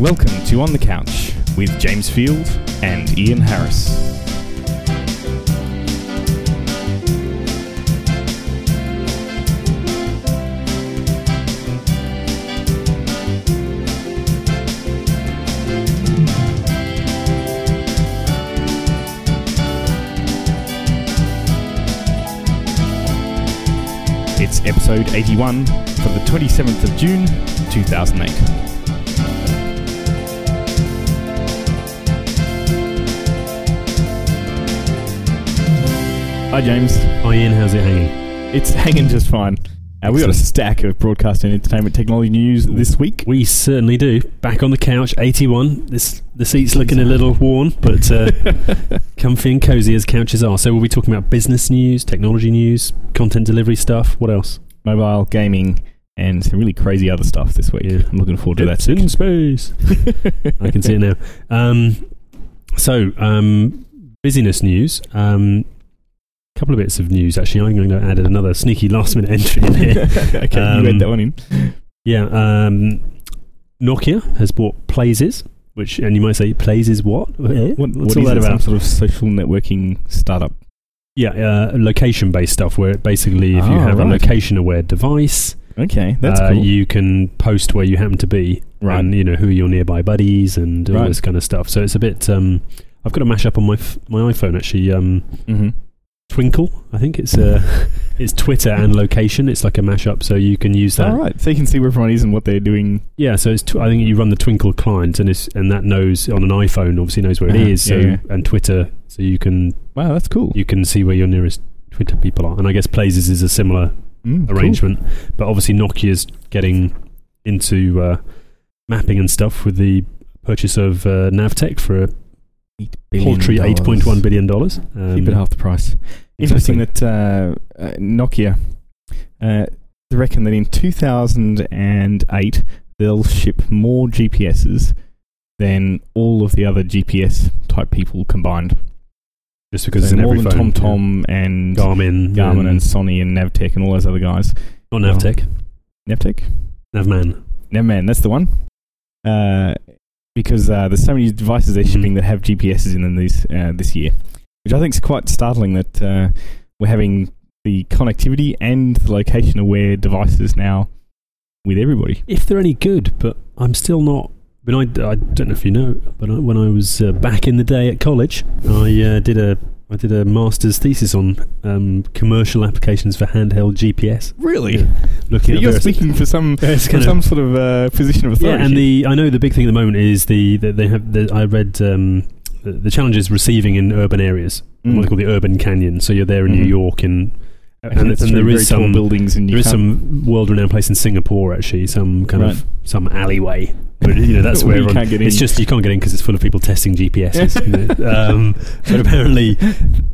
Welcome to On the Couch with James Field and Ian Harris. It's episode 81 for the 27th of June 2008. Hi, James. Oh, Ian, how's it hanging? It's hanging just fine. Uh, we got a stack of broadcast and entertainment technology news this week. We certainly do. Back on the couch, 81. This the seat's looking a little worn, but uh, comfy and cozy as couches are. So we'll be talking about business news, technology news, content delivery stuff. What else? Mobile, gaming, and some really crazy other stuff this week. Yeah. I'm looking forward to It's that. in space. I can see it now. Um, so um, busyness news. Um, a couple of bits of news actually. I'm going to add another sneaky last minute entry in here. okay, you Um, read that one in. Yeah, um, Nokia has bought Plazes, which, and you might say, Plazes what? Eh? What- what What's all is that it? Some about? sort of social networking startup. Yeah, uh, location-based stuff. Where basically, if you Ah, have a right. location-aware device, Okay, that's uh, cool. you can post where you happen to be, Right. and you know who are your nearby buddies and all Right. this kind of stuff. So it's a bit. Um, I've got a mashup on my f- my iPhone actually. Um, hmm Twinkle, I think it's uh, it's Twitter and location. It's like a mashup, so you can use that. All right, so you can see where everyone is and what they're doing. Yeah, so it's tw- I think you run the Twinkle client, and it's and that knows on an iPhone obviously knows where it Uh-huh, is. yeah, so yeah. and Twitter, so you can Wow, that's cool. you can see where your nearest Twitter people are, and I guess Places is a similar Mm, cool. arrangement, but obviously Nokia's getting into uh, mapping and stuff with the purchase of uh, Navtech for a Eight billion paltry dollars. eight point one billion dollars. Keep Um, it half the price. Interesting that uh, uh, Nokia, uh, they reckon that in 2008 they'll ship more GPSs than all of the other GPS type people combined. just because it's So in more every than phone, TomTom and yeah. Garmin, Garmin and Sony and Navtech and all those other guys. not Navtech, Navtech? Navman. Never man, that's the one. Uh, because uh, there's so many devices they're Mhm. shipping that have GPSs in them these, uh, this year, which I think is quite startling that uh, we're having the connectivity and the location aware devices now with everybody. if they're any good, but I'm still not. But I, I don't know if you know, but I, when I was uh, back in the day at college, I uh, did a I did a master's thesis on um, commercial applications for handheld GPS. Really? Yeah. Looking at You're various- speaking for some, various for kind of- some sort of uh, position of yeah, authority. and the I know the big thing at the moment is the that they have. The, I read um, the, the challenges receiving in urban areas, Mm. what they call the urban canyon. So you're there in New Mhm. York, and and, and, and it's there very is tall some buildings and you There is can't- some world-renowned place in Singapore, actually, some kind Right. of some alleyway. But you know, that's where you everyone, can't get in. it's just you can't get in because it's full of people testing GPSs. you know. um, but apparently,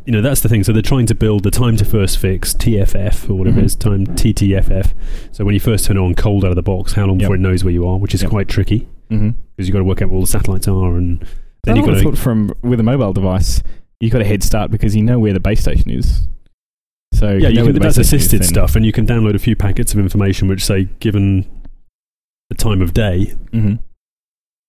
you know, that's the thing. So they're trying to build the time to first fix TFF or whatever Mhm. it is, time TTFF. So when you first turn it on, cold out of the box, how long Yep. before it knows where you are, which is Yep. quite tricky Mhm. because you've got to work out where all the satellites are, and then I you've got would've to thought from with a mobile device, you got a head start because you know where the base station is. So yeah, if know you can, where but the that's base station is, assisted then- stuff, and you can download a few packets of information which say given the time of day. Mhm.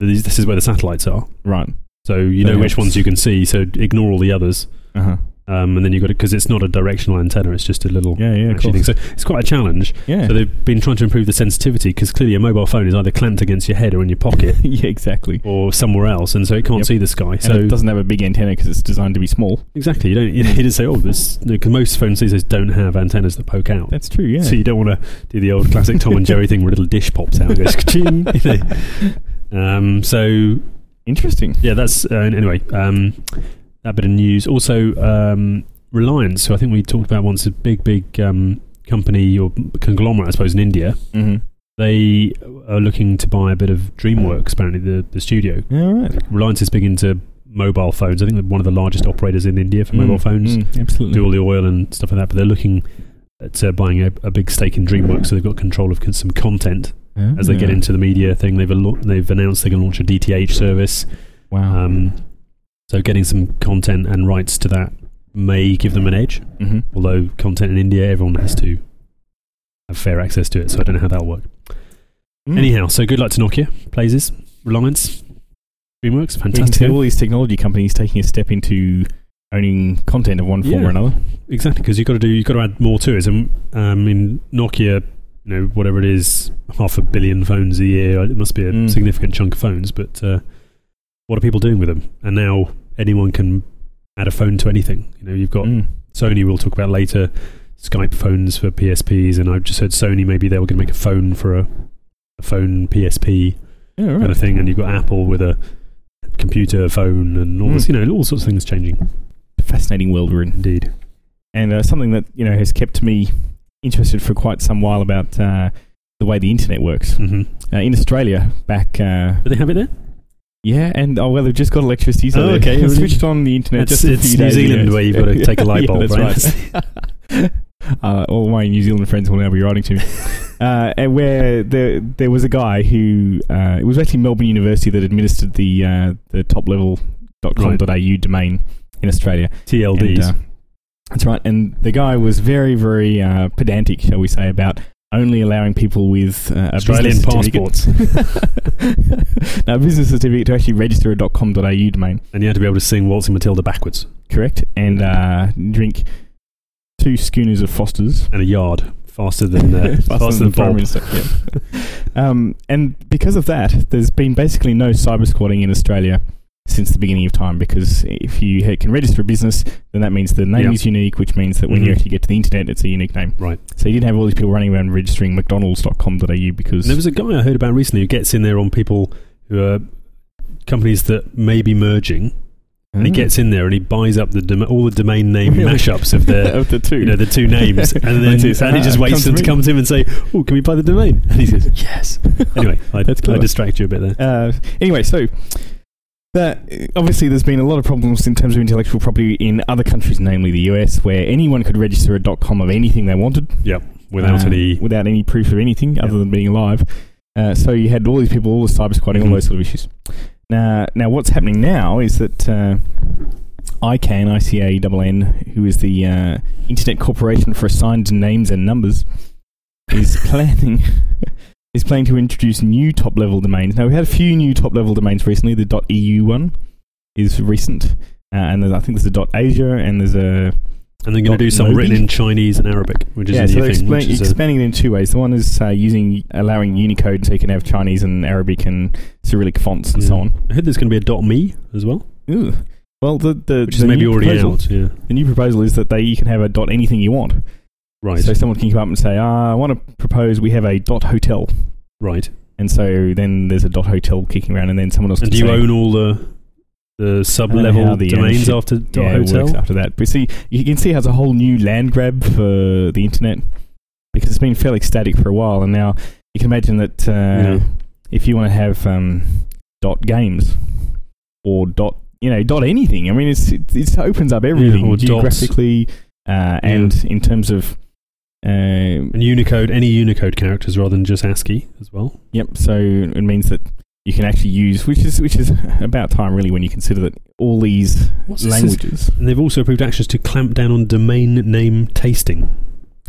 these- This is where the satellites are. Right. So you That know which helps. ones you can see. So ignore all the others, Uh huh. um, and then you got it because it's not a directional antenna. It's just a little Yeah, yeah, actually thing. So it's quite a challenge. Yeah. So they've been trying to improve the sensitivity because clearly a mobile phone is either clamped against your head or in your pocket yeah, exactly. or somewhere else, and so it can't Yep. see the sky. And it So doesn't have a big antenna because it's designed to be small. exactly, you don't you don't say oh this because most phones these days don't have antennas that poke out. That's true. Yeah. So you don't want to do the old classic Tom and Jerry thing where a little dish pops out and goes ka-ching. you know. um, so Interesting. yeah, that's uh, anyway. Um, that bit of news. Also, um, Reliance, who I think we talked about once, a big, big um, company or conglomerate, I suppose, in India. Mm-hmm. They are looking to buy a bit of DreamWorks, apparently the the studio. All right. Reliance is big into mobile phones. I think they're one of the largest operators in India for mobile Mm, phones, mm, absolutely. do all the oil and stuff like that. But they're looking at uh, buying a, a big stake in DreamWorks, so they've got control of con- some content as they get Ah, into the media thing. They've al- they've announced they're going to launch a DTH service. Wow. Um, so getting some content and rights to that may give them an edge. Mhm. Although content in India, everyone has to have fair access to it. So I don't know how that'll work. Mm. Anyhow, so good luck to Nokia, Plazes. Reliance, DreamWorks, You can fantastic. see all these technology companies taking a step into owning content of one form Yeah. or another. Exactly, because you've got to do you've got to add more to it. And um, in Nokia, you know whatever it is, half a billion phones a year. It must be a Mm. significant chunk of phones. But uh, what are people doing with them? And now anyone can add a phone to anything. You know, you've got Mm. Sony. We'll talk about later. Skype phones for PSPs, and I've just heard Sony maybe they were going to make a phone for a, a phone PSP Yeah, right. kind of thing. And you've got Apple with a computer phone and all Mm. this. You know, all sorts of things changing. Fascinating world we're in. Indeed. and uh, something that you know has kept me interested for quite some while about uh, the way the internet works hmm uh, in Australia. Back, uh, Do they have it there? yeah, and oh well, they've just got electricity, so Oh, they okay, really? switched on the internet. It's, just a it's few New days Zealand ago. where you've got to take a light Yeah, bulb, that's right? uh, all my New Zealand friends will now be writing to me. Uh, and where there there was a guy who uh, it was actually Melbourne University that administered the uh, the top level dot com dot au domain in Australia. TLDs. And, uh, that's right. And the guy was very, very uh, pedantic, shall we say, about only allowing people with uh, a Australian business passports. now, a business certificate to actually register a .com.au domain, and you had to be able to sing Waltzing Matilda backwards correct? And uh, drink two schooners of Foster's. and a yard faster than uh, faster, than, Prime Bob. Minister, yeah. um, and because of that, there's been basically no cyber squatting in Australia since the beginning of time. Because if you ha- can register a business, then that means the name Yeah. is unique, which means that when you Mhm. actually get to the internet, it's a unique name. Right. So you didn't have all these people running around registering McDonald's.com.au because There was a guy I heard about recently who gets in there on people who are companies that may be merging, and Mm. he gets in there and he buys up the dom- all the domain name Really? mashups of their. of the two. You know the two names, and then That's it. and he just Oh. Ah, waits come them to to come to him and say, "Oh, can we buy the domain?" And he says, "Yes." Anyway, I, That's I clever. distract you a bit there. uh, anyway, so that obviously there's been a lot of problems in terms of intellectual property in other countries, namely the US, where anyone could register a .com of anything they wanted. Without uh, any, without any proof of anything other than being alive. Uh, so you had all these people, all the cyber squatting, Mhm. all those sort of issues. Now, now what's happening now is that uh, ICANN, ICANN, who is the uh, Internet Corporation for Assigned Names and Numbers, is planning is planning to introduce new top level domains. Now we had a few new top level domains recently. The .eu one is recent, uh, and there's, I think there's a .asia and there's a and they're going to do some Moby? written in Chinese and Arabic, which is yeah, a so new they're thing. explain- which is a- expanding it in two ways. The one is uh, using allowing Unicode, so you can have Chinese and Arabic and Cyrillic fonts and so Yeah. on. I heard there's going to be a dot me as well, Ooh. Well, the the, which the is maybe new already proposal, out. Yeah, The new proposal is that they you can have a dot anything you want. right, So someone can come up and say, "Ah, I want to propose we have a dot hotel," right. and so then there's a dot hotel kicking around, and then someone else. And do can you say, own all the the sub how level Uh, the domains ownership- after dot yeah, it works hotel? after that? But see, you can see how it's a whole new land grab for the internet because it's been fairly static for a while, and now you can imagine that uh, Yeah. if you want to have um, dot games or dot you know dot anything, I mean it's it, it opens up everything or dots. geographically uh, and in terms of. Uh, And Unicode, any Unicode characters rather than just ASCII as well. yep. So it means that you can actually use, which is which is about time really when you consider that all these What's languages. And they've also approved actions to clamp down on domain name tasting.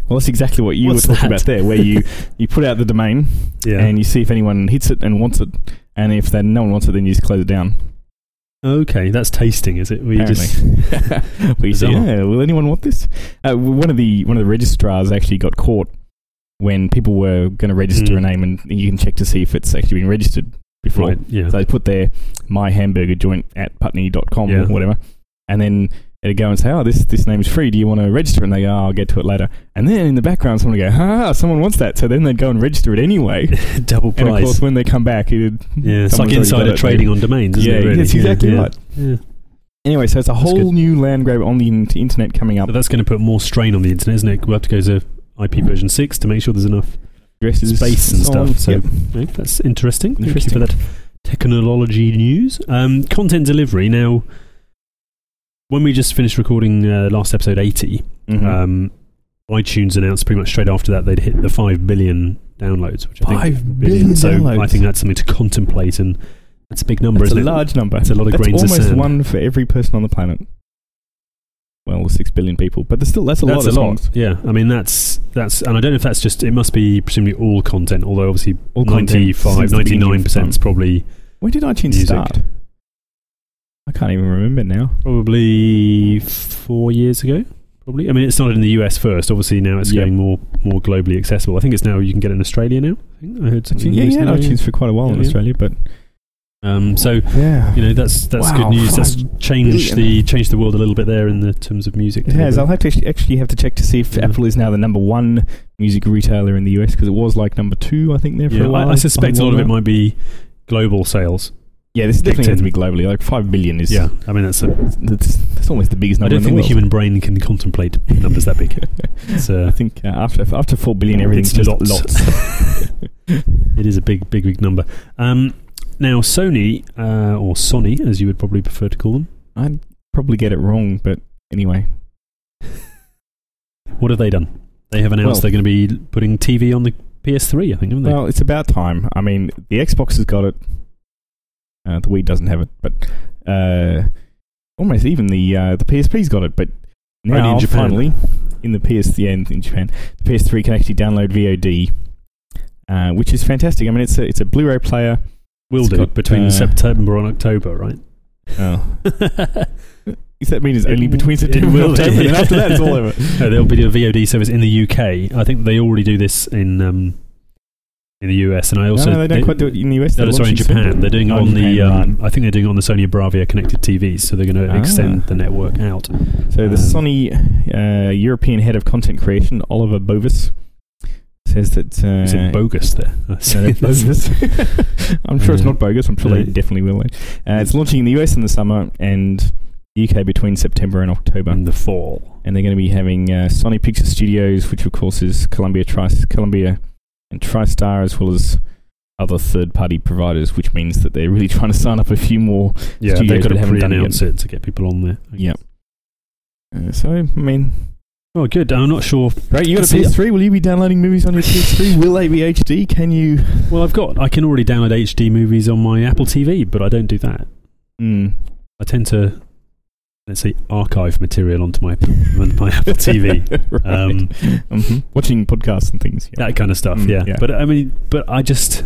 Well, that's exactly what you What's were talking that? about there, where you, you put out the domain Yeah. and you see if anyone hits it and wants it, and if then no one wants it, then you just close it down. okay, that's tasting, is it? We just Apparently. we say, Bizarre. yeah, will anyone want this? Uh, w- one of the one of the registrars actually got caught when people were going to register Mm. a name, and you can check to see if it's actually been registered before. right, yeah. So they put their my hamburger joint at putney.com Yeah. or whatever. And then it'd go and say, oh, this, this name's free. Do you want to register? And they go, oh, I'll get to it later. And then in the background, someone would go, ah, someone wants that. So then they'd go and register it anyway. Double And of price. course, when they come back, it'd, yeah, it's like someone's already got insider it, trading on domains, isn't yeah, it? Really? that's exactly yeah, right. Yeah. Yeah. Anyway, so it's a whole good. new land grab on the in- internet coming up. So that's going to put more strain on the internet, isn't it? We'll have to go to IP version 6 to make sure there's enough Addresses, space and so on. stuff. So Yep. yeah, that's interesting. Thank you for Interesting. that technology news. Um, content delivery. Now, when we just finished recording uh, last episode 80, Mhm. um, iTunes announced pretty much straight after that they'd hit the 5 billion downloads, which I think Five billion so I downloads. think that's something to contemplate, and that's a big number, That's a isn't it? large number. That's a lot of That's grains of almost sand. one for every person on the planet. Well, six billion people, but there's still that's a that's lot of a lot. songs. Yeah, I mean that's that's, and I don't know if that's just it must be presumably all content, although obviously All content 95, since the beginning of 99 percent is time. probably When did iTunes Music. start? I can't even remember now. Probably four years ago. Probably. I mean, it started in the US first. Obviously, now it's Yeah. getting more more globally accessible. I think it's now you can get it in Australia now. I, think I heard something. yeah, yeah, recently. iTunes for quite a while in Yeah, yeah. Australia, but Um, so yeah, you know that's that's Wow, good news. That's five changed the billion. changed the world a little bit there in the terms of music. it has. I'll have to actually, actually have to check to see if Yeah. Apple is now the number one music retailer in the US because it was like number two, I think, there for Yeah, a I, while. I suspect a lot of it Now. might be global sales. Yeah, this definitely has to be dictated. globally. Like five billion is. Yeah, I mean that's a. that's, that's almost the biggest I number. don't in think the, the, world. human brain can contemplate numbers that big. It's, I uh, think uh, after after four billion, It's everything's just lots. lots. it is a big, big, big number. Um, now Sony uh, or Sony, as you would probably prefer to call them. I'd probably get it wrong, but anyway, What have they done? They have announced Well- they're going to be putting TV on the PS3, I think, haven't they? well, it's about time. I mean, the Xbox has got it. Uh, the Wii doesn't have it, but uh, almost even the uh, the PSP's got it. But now, Only in Japan. finally, in the PS yeah, in, in Japan, the PS3 can actually download VOD, uh, which is fantastic. I mean, it's a it's a Blu-ray player. Will it's do got, between uh, September and October, right? Oh, does that mean it's only It- between it September will and be. October? and after that, it's all over. No, they'll be doing a VOD service in the UK. I think they already do this in um, in the US, and I also no, no, they don't quite do it in the US. No, They're sorry, in launching soon. Japan. They're doing it Oh, on the. Japan, right. Um, I think they're doing it on the Sony Bravia connected TVs, so they're going to Ah. extend the network out. So the Um, Sony uh, European head of content creation, Oliver Bovis, says that. Uh, Is it bogus there? no, that's bogus. I'm sure it's Uh, not bogus. I'm sure uh, they definitely will. Uh, it's launching in the US in the summer and the UK between September and October. in the fall. And they're going to be having uh, Sony Picture Studios, which of course is Columbia, Tri- Columbia and TriStar, as well as other third-party providers, which means that they're really trying to sign up a few more. Yeah, Studios they've got that to haven't done it pre-announce it to get people on there. I Yep. guess. Uh, so I mean, Oh, good. I'm not sure. Right, you got a See, PS3. Will you be downloading movies on your PS3? Will they be HD? Can you? Well, I've got. I can already download HD movies on my Apple TV, but I don't do that. Mm. I tend to let's say archive material onto my onto my Apple TV. Right. Um, Mhm. Watching podcasts and things. Yeah. that kind of stuff. Mm, yeah. yeah. but I mean, but I just,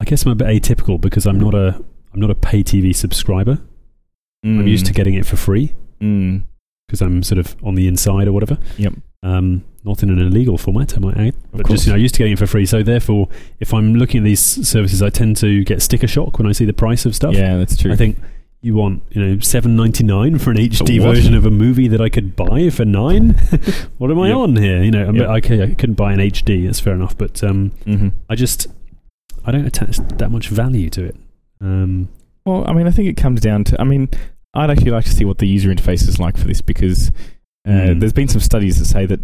I guess I'm a bit atypical because I'm not a I'm not a pay TV subscriber. Hmm. I'm used to getting it for free Mm. because I'm sort of on the inside or whatever. Yep. Um, not in an illegal format, I might add. But course. just you know, I used to getting it for free. So therefore, if I'm looking at these services, I tend to get sticker shock when I see the price of stuff. Yeah, that's true. I think you want you know seven ninety nine for an HD what? version of a movie that I could buy for nine. what am I Yep. on here? You know, I'm, Yep. okay, I couldn't buy an HD. That's fair enough, but um, Mhm. I just I don't attach that much value to it. Um, Well, I mean, I think it comes down to. I mean, I'd actually like to see what the user interface is like for this because uh, Mm. there's been some studies that say that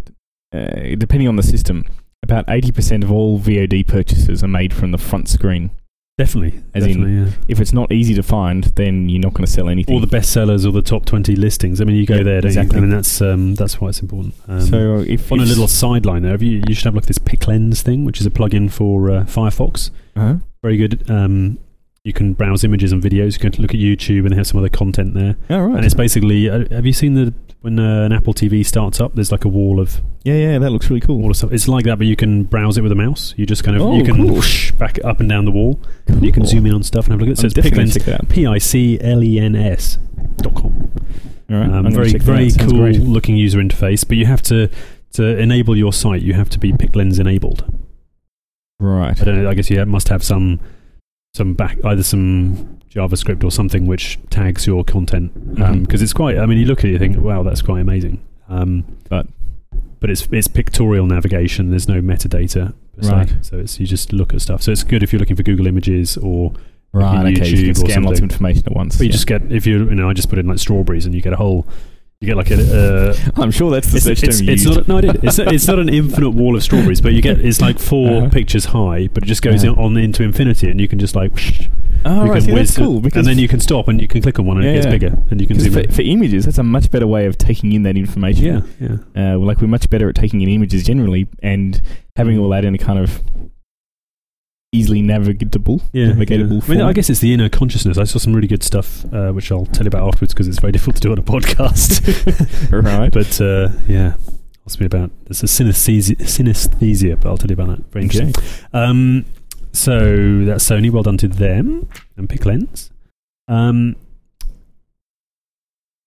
uh, depending on the system, about eighty percent of all VOD purchases are made from the front screen. definitely, As in- definitely, yeah. If it's not easy to find, then you're not going to sell anything. all the best sellers or the top twenty listings. I mean, you go Yeah, there, don't exactly. you? I mean, that's um, that's why it's important. Um, so uh, if on a if- little sideline there, have you, you should have a look at this Pick Lens thing, which is a plugin for uh, Firefox. Huh? Very good. Um, you can browse images and videos. You can look at YouTube and they have some other content there. Oh, right. And it's basically, uh, have you seen the when uh, an Apple TV starts up? There's like a wall of yeah, yeah, that looks really cool. wall of stuff. It's like that, but you can browse it with a mouse. You just kind of Oh, you can cool. whoosh back up and down the wall. You can zoom in on stuff and have a look at it. So I'm it's definitely gonna Piclens, check that out. P I C L E N S dot com. All right, I'm Um, gonna very check that very out. Sounds cool great. looking user interface, but you have to. To enable your site, you have to be Piclens enabled. Right. I don't know. I guess you have- must have some, some back either some JavaScript or something which tags your content because Mhm. it's quite. I mean, you look at it, you think, wow, that's quite amazing. Um, But- but it's it's pictorial navigation. There's no metadata, per se. Right. So it's you just look at stuff. So it's good if you're looking for Google Images or Right. Okay. You YouTube can or scan lots something. of information at once. but you yeah. just get if you you know I just put in like strawberries and you get a whole. You get like a. Uh, I'm sure that's the it's, search it's, term you it's used. not. No, I did. It's not, it's not an infinite wall of strawberries, but you get it's like 4 Uh-huh. pictures high, but it just goes Yeah. in- on into infinity, and you can just like. whoosh, Oh, you right. can See, that's whiz it, cool because and then you can stop and you can click on one and Yeah, it gets yeah. bigger and you can 'cause zoom in. for, for images, that's a much better way of taking in that information. Yeah, yeah. Uh, well, like we're much better at taking in images generally, and having all that in a kind of easily navigatable, Yeah, navigatable yeah. I form. mean, I guess it's the inner consciousness. I saw some really good stuff, uh, which I'll tell you about afterwards because it's very difficult to do on a podcast. Right. But uh, yeah, ask me about there's a synesthesia, synesthesia, but I'll tell you about that. Very Okay. interesting. Um, So that's Sony. Well done to them and PicLens. Um,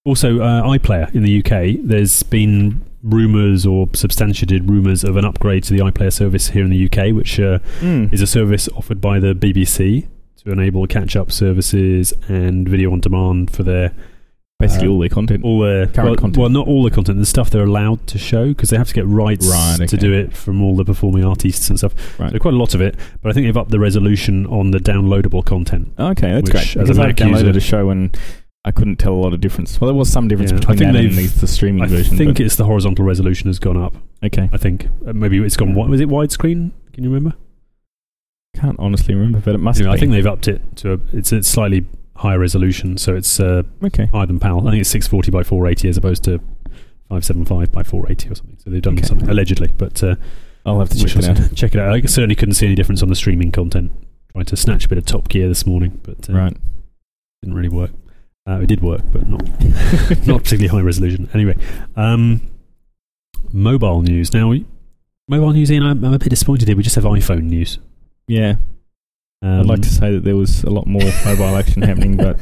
also, uh, iPlayer in the UK. There's been rumours or substantiated rumours of an upgrade to the iPlayer service here in the UK, which uh, Mm. is a service offered by the BBC to enable catch-up services and video on demand for their Basically, uh, all their content. all their Current well, content. well, not all the content, the stuff they're allowed to show because they have to get rights Right, okay. to do it from all the performing artists and stuff. Right. So quite a lot of it, but I think they've upped the resolution on the downloadable content. Okay, that's which, as great. a Because I Mac downloaded user- a show and I couldn't tell a lot of difference. Well, there was some difference Yeah, I between think that and they've- the, the streaming I version. think it's the horizontal resolution has gone up. but- okay, I think Uh, maybe it's gone. wi- Was it widescreen? Can you remember? can't honestly remember, but it must. Anyway, be. I think they've upped it to a, it's a slightly higher resolution, so it's uh, okay. higher than PAL. I think it's 640 by 480 as opposed to 575 by 480 or something. So they've done Okay. something allegedly, but uh, I'll have to We check shall it out. see. Check it out. I certainly couldn't see any difference on the streaming content. Tried to snatch a bit of Top Gear this morning, but uh, Right. didn't really work. Uh, it did work, but not not particularly high resolution. Anyway, um, mobile news. Now, we- mobile news. Ian, I'm, I'm a bit disappointed here. We just have iPhone news. Yeah, Um, I'd like to say that there was a lot more mobile action happening, but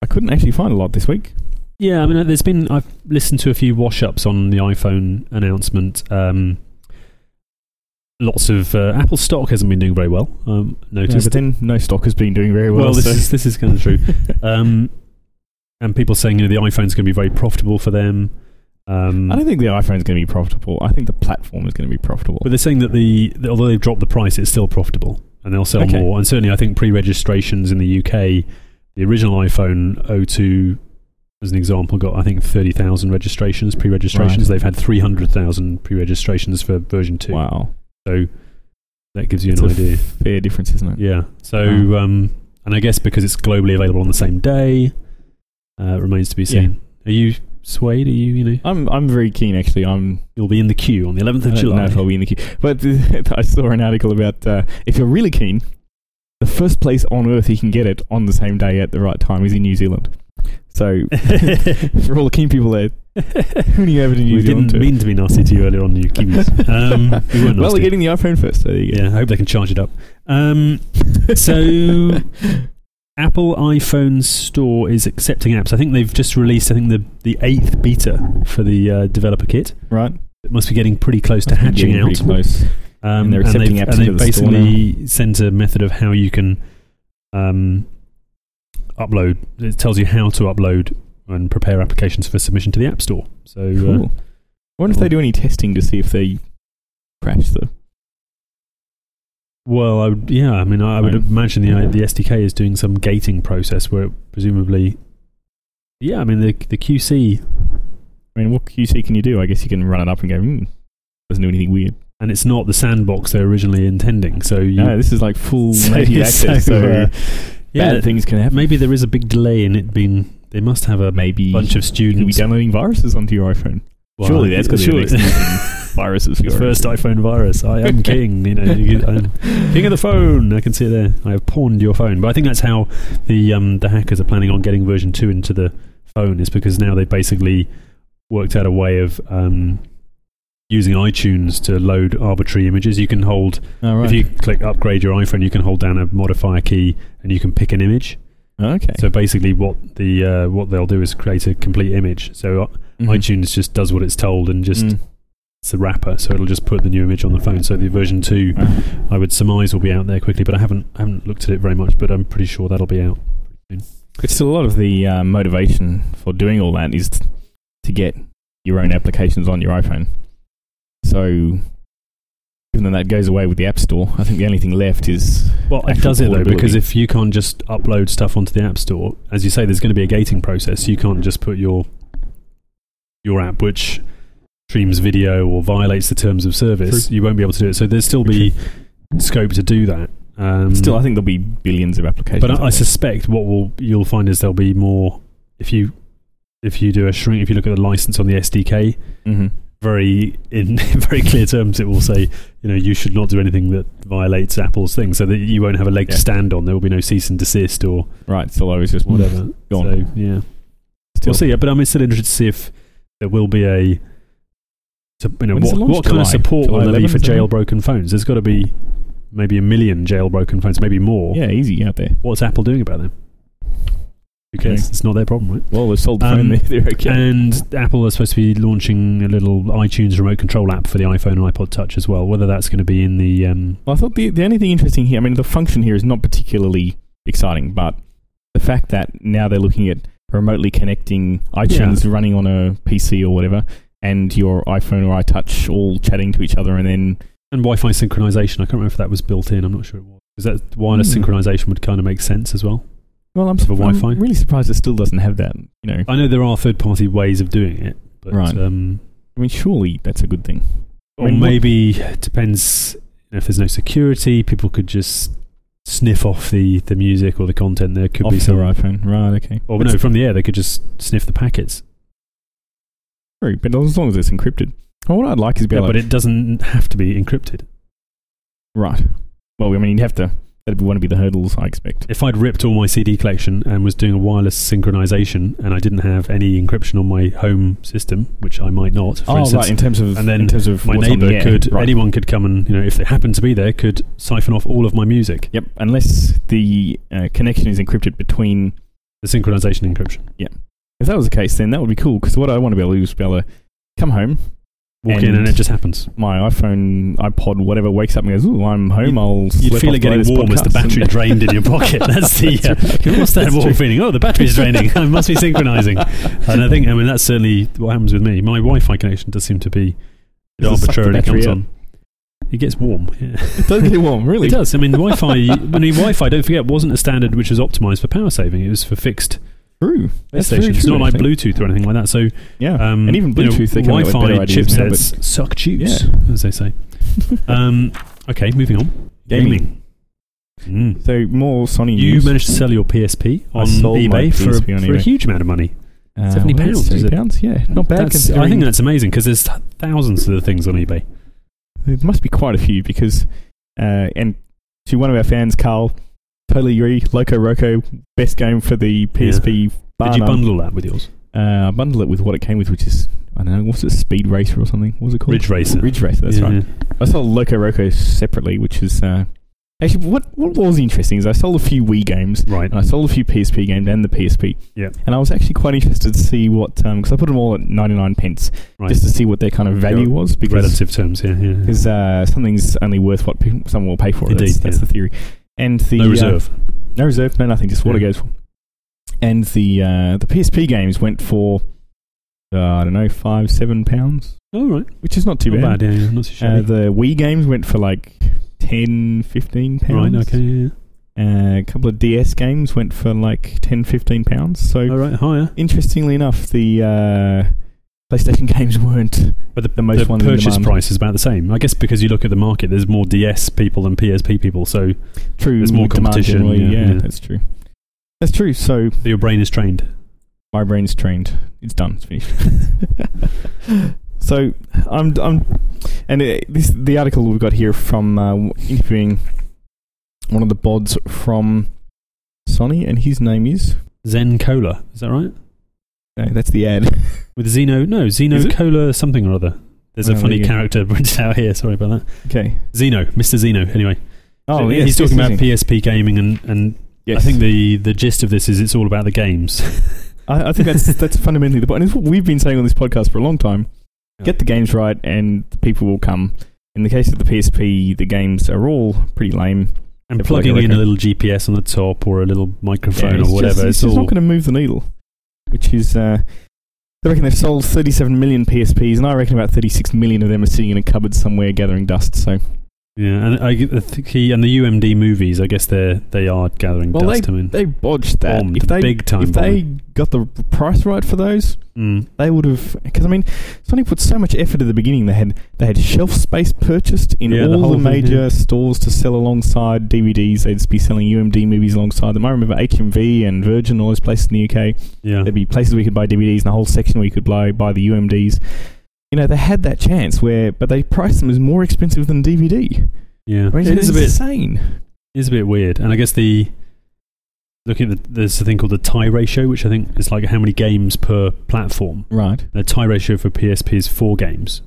I couldn't actually find a lot this week. Yeah, I mean, uh, there's been I've listened to a few wash-ups on the iPhone announcement. Um, lots of uh, Apple stock hasn't been doing very well. Um, Yeah, noticed. but then no stock has been doing very well. this so- is this is kind of true. Um, and people saying you know the iPhone's going to be very profitable for them. Um, I don't think the iPhone's going to be profitable. I think the platform is going to be profitable. but they're saying that the that although they've dropped the price, it's still profitable, and they'll sell Okay. more. And certainly, I think pre-registrations in the UK, the original iPhone 02, as an example, got I think thirty thousand registrations, pre-registrations. Right. They've had three hundred thousand pre-registrations for version two. wow, So that gives you it's an a idea. fair difference, isn't it? Yeah. So, Wow. um, and I guess because it's globally available on the same day, uh, it remains to be seen. Are you swayed? Are you, you know, I'm I'm very keen actually. I'm you'll be in the queue on the I 11th of don't know July? if I'll be in the queue. But uh, I saw an article about uh, if you're really keen, the first place on earth you can get it on the same day at the right time is in New Zealand. So for all the keen people there, hooning over to New we Zealand. didn't too. mean to be nasty to you earlier on, you Kiwis. Um, we were nasty. well, they're getting the iPhone first. So there you go. yeah, I hope they can charge it up. Um, so, Apple iPhone Store is accepting apps. I think they've just released, I think, the, the eighth beta for the uh, developer kit. right. It must be getting pretty close to Must be hatching getting out. pretty close. Um, And they're accepting they've- apps and into they've the store basically sent a method of how you can um, upload. It tells you how to upload and prepare applications for submission to the App Store. So uh, Cool. I wonder if they do any testing to see if they crash though. Well, I would, yeah, I mean, I, I would Right. imagine the the SDK is doing some gating process where it presumably, yeah, I mean the the QC I mean, what QC can you do? I guess you can run it up and go, hmm, doesn't do anything weird. and it's not the sandbox they're originally intending. So you, No, this is like full So- native access, so, so, uh, yeah, bad things can happen. maybe there is a big delay in it being. They must have a Maybe bunch You'll be of students. downloading viruses onto your iPhone. Well, surely that's going to be surely- the next thing. viruses. for your first iPhone. iPhone virus. I am king. You know, you- I'm king of the phone. I can see it there. I have pawned your phone. But I think that's how the um, the hackers are planning on getting version two into the phone is because now they've basically worked out a way of um, using iTunes to load arbitrary images. You can hold Oh, right. if you click upgrade your iPhone, you can hold down a modifier key and you can pick an image. okay. So basically, what the uh, what they'll do is create a complete image. So uh, Mhm. iTunes just does what it's told and just Mm. it's a wrapper, so it'll just put the new image on the phone. So the version two, Uh, I would surmise, will be out there quickly. But I haven't I haven't looked at it very much. But I'm pretty sure that'll be out. It's a lot of the uh, motivation for doing all that is t- to get your own applications on your iPhone. So, given that that goes away with the App Store, I think the only thing left is Well, it Actual does it though portability. because if you can't just upload stuff onto the app store, as you say, there's going to be a gating process. You can't just put your your app which streams video or violates the terms of service. You won't be able to do it. So there's still be scope to do that. Um, still. I think there'll be billions of applications. But out I, there. I suspect what will you'll find is there'll be more if you if you do a shrink if you look at the license on the SDK, Mhm. very in very clear terms it will say, you know, you should not do anything that violates Apple's thing, so that you won't have a leg to Yeah. stand on. There will be no cease and desist or right. So I was just whatever. Mm. Go so on. yeah. Still, We'll see, yeah, but I'm still interested to see if there will be a to- you know When is what, it launched? what kind of July? support July will there be for 11th, isn't it? jailbroken phones? There's got to be maybe a million jailbroken phones, maybe more. Yeah, easy out there. What's Apple doing about them? Who cares? It's not their problem, right? Well, they've sold the Um, phone. They're, they're okay. And Apple are supposed to be launching a little iTunes remote control app for the iPhone and iPod Touch as well. Whether that's going to be in the um, Well, I thought the, the only thing interesting here, I mean, the function here is not particularly exciting, but the fact that now they're looking at remotely connecting iTunes running on a PC or whatever, and your iPhone or iTouch all chatting to each other, and then and Wi-Fi synchronization, I can't remember if that was built in. I'm not sure it was. Because that wireless Hmm. synchronization would kind of make sense as well. well, I'm, Have a surprised- I'm Wi-Fi? really surprised it still doesn't have that. You know, I know there are third-party ways of doing it, but Right. um, I mean, surely that's a good thing. I or mean, what- maybe it depends you know, if there's no security, people could just sniff off the, the music or the content. There could Off be some, your iPhone, right? Okay, or no, from the air they could just sniff the packets. true, but as long as it's encrypted. Well, what I'd like is be Yeah, like, but it doesn't have to be encrypted. right. Well, I mean, you'd have to. That'd be one of be the hurdles I expect. If I'd ripped all my CD collection and was doing a wireless synchronization, and I didn't have any encryption on my home system, which I might not, for oh, instance, right. In terms of and then in terms of my what's on the neighbour air, could right. anyone could come and you know if they happened to be there could siphon off all of my music. Yep, unless the uh, connection is encrypted between. The synchronization encryption. If that was the case, then that would be cool because what I want to be able to do is be able to come home, Walk in And- and it just happens. my iPhone, iPod, whatever wakes up and goes, "Ooh, I'm home." I'll You'd slip feel off it getting this warm as the podcast." battery drained in your pocket. That's the. Uh, what's that That's warm true. feeling? Oh, the battery's draining. I must be synchronizing. And I think, I mean, that's certainly what happens with me. My Wi Fi connection does seem to be. It Does it suck the arbitrarily battery comes out? on. It gets warm. Yeah. It does get warm, really. It does. I mean, Wi Fi, I mean, Wi Fi, don't forget, wasn't a standard which was optimized for power saving. It was for fixed True. base That's very stations. It's true, not like actually. Bluetooth or anything like that. So, Yeah. um, And even you know, Bluetooth, they come up with Wi-Fi better ideas now, chipsets suck juice, as they say. um, okay, moving on. Gaming. Gaming. Mm. so more Sony You news. managed to sell your PSP I on sold my eBay for, PSP on for a eBay. huge amount of money. Uh, 70 what pounds, is it, is 70 it? pounds. Yeah, not bad. That's, Considering I think that's amazing because there's th- thousands of the things on eBay. There must be quite a few because, uh, and to one of our fans, Carl, totally agree. Loco Roco, best game for the PSP. bar Did you none. bundle that with yours? Uh, I bundle it with what it came with, which is I don't know what's it, Speed Racer or something. What was it called? Ridge Racer. Ridge Racer. That's Yeah, right. yeah. I sold Loco Roco separately, which is uh, actually what what was interesting is I sold a few Wii games. Right. And I sold a few PSP games and the PSP. Yeah. And I was actually quite interested to see what because I put them all at ninety nine pence Right. just to see what their kind of value Yeah, was because Relative terms, yeah. yeah. because uh, something's only worth what pe- someone will pay for it. Indeed, that's that's yeah. the theory. And the no uh, reserve. no reserve, no nothing, just what it Yeah. goes for. And the uh, the PSP games went for uh, I don't know five seven pounds, Oh, right. which is not too not bad. bad. Yeah, yeah. Not so Uh, shabby. the Wii games went for like 10, 15 pounds. right, okay. Yeah, Uh, a couple of DS games went for like 10, 15 pounds. So yeah. All right, higher. interestingly enough, the uh, PlayStation games weren't. But the, the most ones in purchase demand. price is about the same. I guess because you look at the market, there's more DS people than PSP people, so True. There's more demand competition, generally. yeah, yeah. that's true. That's true. So your brain is trained. my brain's trained. It's done. It's finished. so I'm I'm, and uh this the article we've got here from uh, interviewing one of the bods from Sony, and his name is. Zen Cola, is that right? No, that's the ad. With Xeno, no, Is Xeno it? Cola something or other. There's a Oh, there funny you go. character printed out here. Sorry about that. Okay. Xeno, Mr. Xeno. Anyway, So Oh, yes, he's talking yes, about yes, PSP gaming, and and Yes. I think the the gist of this is it's all about the games. I, I think that's that's fundamentally the point. And it's what we've been saying on this podcast for a long time. Get the games right, and the people will come. In the case of the PSP, the games are all pretty lame. and If like plugging a in a record. little GPS on the top or a little microphone Yeah, it's or whatever. Just, it's it's just all not going to move the needle, which is. Uh, they reckon they've sold 37 million PSPs, and I reckon about 36 million of them are sitting in a cupboard somewhere gathering dust. So, yeah. And I, I think he and the UMD movies. I guess they they are gathering Well, dust. I mean, they botched that. bombed if they big time. if they got the price right for those, bombing. Mm. they would have because I mean Sony put so much effort at the beginning. They had they had shelf space purchased in Yeah, the all the, whole thing, major yeah. stores to sell alongside DVDs. They'd be selling UMD movies alongside them. I remember HMV and Virgin, all those places in the UK. yeah, There'd be places we could buy DVDs and a whole section where you could buy buy the UMDs. You know they had that chance where, but they priced them as more expensive than DVD. yeah. I mean, it it's is a bit insane. is a bit weird. And I guess the looking at the, there's a thing called the tie ratio, which I think is like how many games per platform. Right, The tie ratio for PSP is four games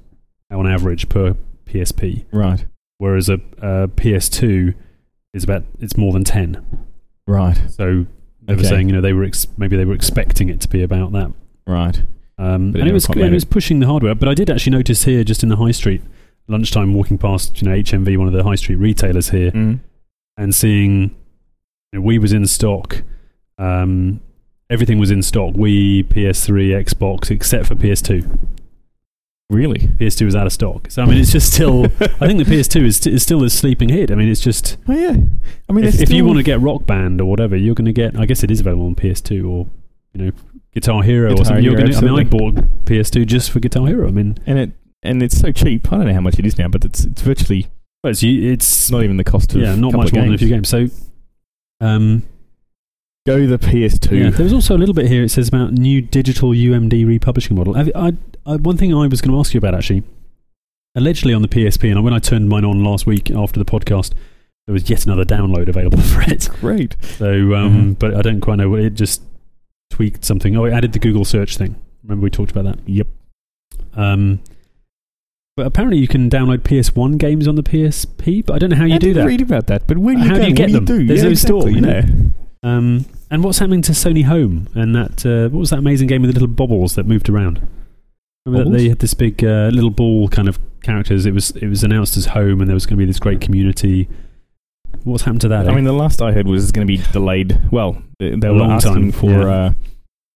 on average per PSP. right. whereas a, a PS2 is about it's more than ten. Right. So they were Okay. saying you know they were ex- maybe they were expecting it to be about that. Right. Um, But it and it never was quite and made it was pushing the hardware. But I did actually notice here just in the high street lunchtime walking past you know HMV one of the high street retailers here Mm. and seeing you know, we was in stock. Um, everything was in stock. We PS3, Xbox, except for PS2. Really? PS2 was out of stock. So I mean, it's just still. I think the PS2 is, st- is still a sleeping hit. I mean, it's just Oh yeah. I mean, if, there's if you still want to get Rock Band or whatever, you're going to get. I guess it is available on PS2 or you know Guitar Hero or Guitar something. You're Hero, gonna, I mean, I bought PS2 just for Guitar Hero. I mean, and it and it's so cheap. I don't know how much it is now, but it's it's virtually well, it's you- it's it's not even the cost of yeah, not couple much of more than a few games. games. So. Um, Go the PS2. Yeah, there's also a little bit here. It says about new digital UMD republishing model. Have you- I, I, one thing I was going to ask you about actually, allegedly on the PSP, and when I turned mine on last week after the podcast, there was yet another download available for it. Great. So, Mm-hmm. um, but I don't quite know. what- It just tweaked something. Oh, it added the Google search thing. Remember we talked about that. Yep. Um, but apparently you can download PS1 games on the PSP, but I don't know how you I do didn't that. Read about that, but where do you How go? do you What get do them? do? There's yeah, no store, exactly, you know. yeah. Um, and what's happening to Sony Home and that? Uh, what was that amazing game with the little bobbles that moved around? Remember that Bobbles? they had this big uh, little ball kind of characters. It was it was announced as Home, and there was going to be this great community. What's happened to that? I eh? mean, the last I heard was it's going to be delayed. Well, they, they A were long asking time, for yeah. uh,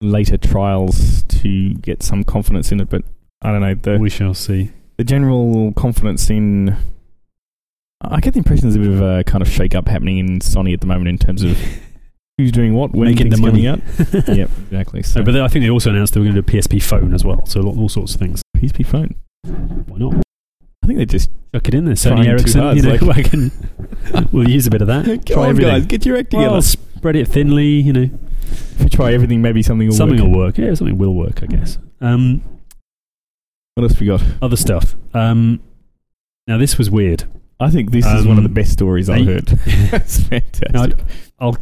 later trials to get some confidence in it, but I don't know. The, we shall see. the general confidence in. I get the impression there's a bit of a kind of shake up happening in Sony at the moment in terms of who's doing what, when Making the things money. coming out. yep, exactly. So, No, but then I think they also announced they were going to do a PSP phone as well. So a lot, all sorts of things. PSP phone. Why not? I think they just Chuck it in there, Trying Sony too Ericsson. hard, You know, like- I can, we'll use a bit of that. Come on, everything. guys, get your act together. Well, spread it thinly. You know, if you try everything, maybe something will something work. will work. Yeah, something will work. I guess. Um, What else we got? other stuff. Um, now this was weird. I think this is one of the Um, best stories I- I've heard. That's fantastic. Now, I'd- I'll,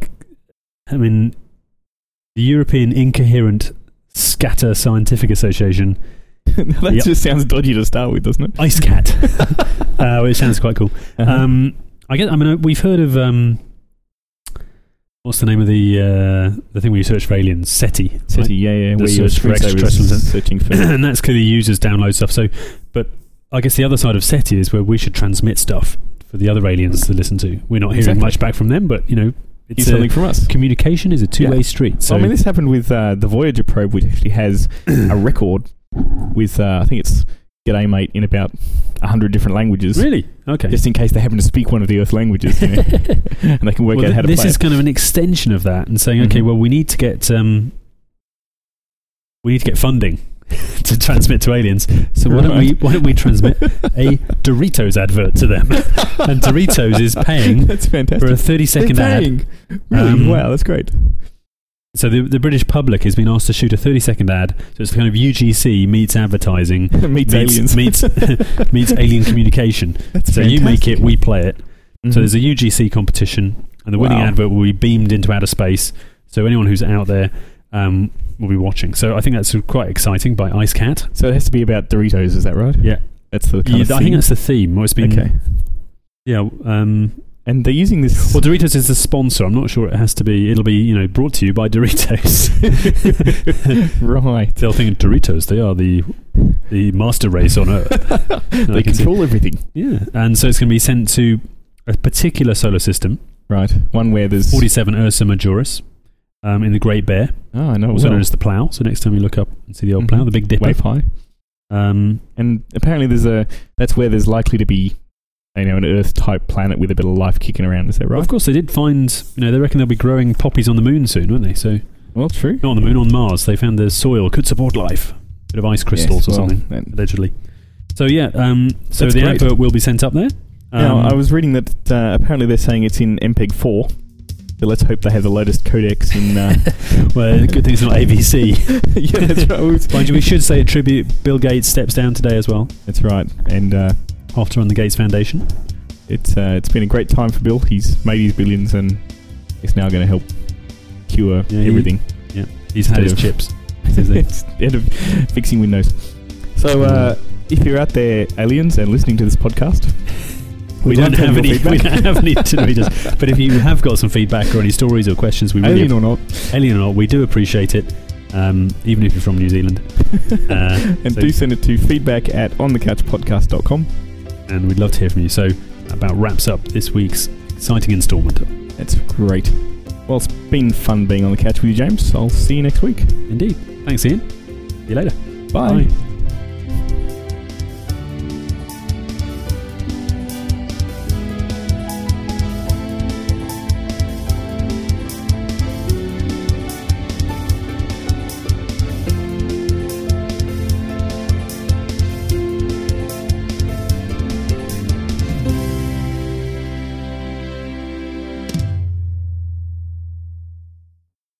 I mean, the European Incoherent Scatter Scientific Association, Now that Yep. just sounds dodgy to start with, doesn't it? Uh-huh. ICECAT, uh, which sounds quite cool. Um, I guess I mean we've heard of um, what's the name of the uh, the thing where you search for aliens, SETI, right? City, yeah, yeah, The where you're search for extraterrestrials and- searching for. and that's clearly users download stuff. So, but I guess the other side of SETI is where we should transmit stuff for the other aliens to listen to. We're not hearing Exactly. much back from them, but you know, it's Here's a, something from us. communication is a two way Yeah. street. So So, I mean, this happened with uh, the Voyager probe, which actually has a record with uh, I think it's "G'day, mate" in about hundred different languages, really, okay. just in case they happen to speak one of the Earth languages, you know, and they can work Well, out th- how to this play is it. kind of an extension of that, and saying, okay, Mhm. well, we need to get um, we need to get funding to transmit to aliens. So why don't we Right. why don't we transmit a Doritos advert to them? and Doritos is paying That's For fantastic. a 30 second They're ad. paying. Really? Um, wow, that's great. So, the, the British public has been asked to shoot a 30 second ad. So, it's kind of UGC meets advertising, meets, aliens. meets, meets alien communication. That's so, you make it, we play it. So there's a UGC competition, and the winning Mm. Wow. advert will be beamed into outer space. So anyone who's out there um, will be watching. So I think that's quite exciting by Ice Cat. so it has to be about Doritos, is that right? Yeah. that's the kind Yeah, of I theme. think that's the theme. Well, it's been okay. yeah. Um, And they're using this. well, Doritos is the sponsor. I'm not sure it has to be. It'll be you know brought to you by Doritos. right. They'll think Doritos. They are the the master race on Earth. they can see- control everything. Yeah, and so it's going to be sent to a particular solar system, Right. One where there's. 47 Ursa Majoris, um, in the Great Bear. Oh, I know. also well. known as the plough. So next time you look up and see the old Mhm. plough, the Big Dipper. Wave high. Um, And apparently, there's a. That's where there's likely to be, you know, an Earth type planet with a bit of life kicking around. Is that right? Of course, they did find. You know, they reckon they'll be growing poppies on the moon soon, won't they? So Well, true. not on the moon, on Mars. They found the soil could support life, bit of ice crystals Yes, or well, something, that- allegedly. So yeah, um, so That's the great. advert will be sent up there. Um, now, I was reading that uh, apparently they're saying it's in E MPEG 4. So let's hope they have the latest codecs in. Uh, well, good thing it's not ABC. yeah, that's right. Oops. Mind you, we should say a tribute. Bill Gates steps down today as well That's right. And uh, after on the Gates Foundation. it's uh, it's been a great time for Bill. He's made his billions, and it's now going to help cure Yeah, he- everything. He's had his Yeah. chips. Instead of fixing Mm-hmm. Windows. So, uh, if you're out there, aliens, and listening to this podcast, We We'd don't love to have any. your We feedback. don't have any to read us. But if you have got some feedback or any stories or questions, we really Alien or not, alien or not, we do appreciate it. Um, even if you're from New Zealand, uh, and so- do send it to feedback at onthecouchpodcast.com. and we'd love to hear from you. So, that about wraps up this week's exciting instalment. That's great. Well, it's been fun being on the couch with you, James. I'll see you next week. Indeed. Thanks, Ian. See you later. Bye. Bye.